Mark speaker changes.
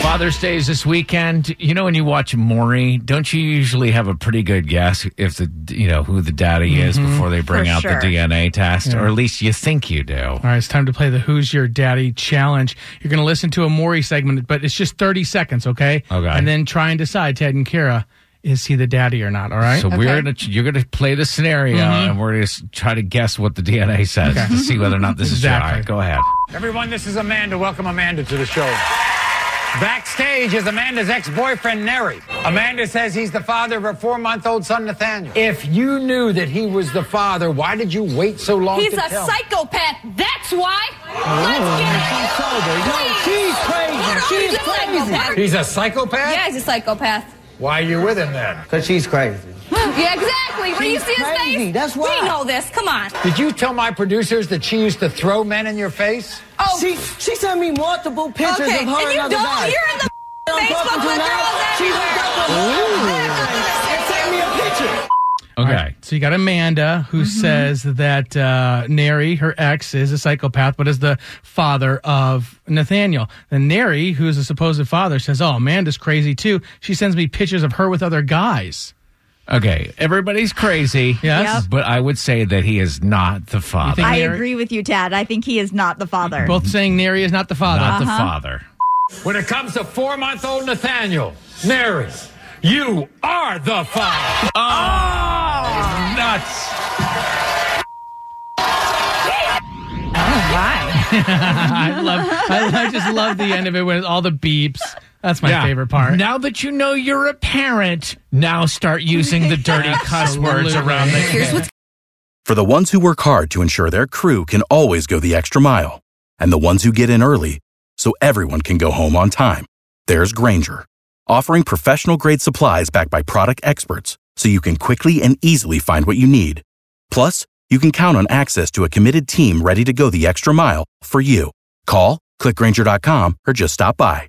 Speaker 1: Father's Day is this weekend. You know, when you watch Maury, don't you usually have a pretty good guess if the you know who the daddy is before they bring
Speaker 2: For
Speaker 1: out
Speaker 2: sure.
Speaker 1: the DNA test, or at least you think you do.
Speaker 3: All right, it's time to play the Who's Your Daddy challenge. You're going to listen to a Maury segment, but it's just 30 seconds, okay?
Speaker 1: Okay.
Speaker 3: And then try and decide, Ted and Kara, is he the daddy or not, all right?
Speaker 1: So
Speaker 2: Okay.
Speaker 1: we're gonna you're gonna play the scenario, and we're gonna s- try to guess what the DNA says to see whether or not this
Speaker 3: Exactly.
Speaker 1: is your. All right, go ahead.
Speaker 4: Everyone, this is Amanda. Welcome Amanda to the show. Backstage is Amanda's ex-boyfriend, Neri. Amanda says he's the father of her four-month-old son, Nathaniel. If you knew that he was the father, why did you wait so
Speaker 5: Oh,
Speaker 4: long
Speaker 6: He's
Speaker 4: to
Speaker 6: a
Speaker 4: tell?
Speaker 6: psychopath. That's why. Let's get
Speaker 5: Oh.
Speaker 4: She's sober. No,
Speaker 6: it. Please.
Speaker 4: she's
Speaker 6: What
Speaker 4: crazy.
Speaker 6: are you,
Speaker 4: She's
Speaker 6: a psychopath?
Speaker 4: crazy. He's a psychopath?
Speaker 6: Yeah, he's a psychopath.
Speaker 4: Why are you with him then?
Speaker 5: Because she's crazy.
Speaker 6: Yeah, exactly. What do you
Speaker 5: He's
Speaker 6: see his
Speaker 5: crazy.
Speaker 6: face?
Speaker 5: That's why.
Speaker 6: We know this. Come on.
Speaker 4: Did you tell my producers that she used to throw men in your face?
Speaker 6: Oh,
Speaker 5: She she sent me multiple pictures
Speaker 6: okay. and
Speaker 5: of her and
Speaker 6: you
Speaker 5: other
Speaker 6: don't.
Speaker 5: guys.
Speaker 6: You're in the
Speaker 5: I'm
Speaker 6: Facebook
Speaker 5: talking
Speaker 6: with girls
Speaker 5: to now. She hooked
Speaker 6: everywhere.
Speaker 5: up with
Speaker 6: Look
Speaker 5: sent me a picture.
Speaker 1: Okay.
Speaker 3: All right, So you got Amanda who says that uh, Neri, her ex, is a psychopath, but is the father of Nathaniel. Then Neri, who is a supposed father, says, "Oh, Amanda's crazy too. She sends me pictures of her with other guys."
Speaker 1: Okay, everybody's crazy.
Speaker 3: Yes.
Speaker 1: But I would say that he is not the father.
Speaker 3: think-
Speaker 7: I
Speaker 3: Mary-
Speaker 7: agree with you, Tad. I think he is not the father.
Speaker 3: Both saying Neri is not the father.
Speaker 1: Mm-hmm. not the father.
Speaker 4: When it comes to four-month-old Nathaniel, Neri, you are the father.
Speaker 1: Oh, nuts.
Speaker 3: I love. I, I just love the end of it with all the beeps. That's my
Speaker 1: Yeah.
Speaker 3: favorite part.
Speaker 1: Now that you know you're a parent, now start using the dirty cuss words
Speaker 3: Absolutely.
Speaker 1: around the
Speaker 6: Here's what's
Speaker 8: For the ones who work hard to ensure their crew can always go the extra mile, and the ones who get in early so everyone can go home on time, there's Granger, offering professional grade supplies backed by product experts so you can quickly and easily find what you need. Plus, you can count on access to a committed team ready to go the extra mile for you. Call, clickgranger.com, or just stop by.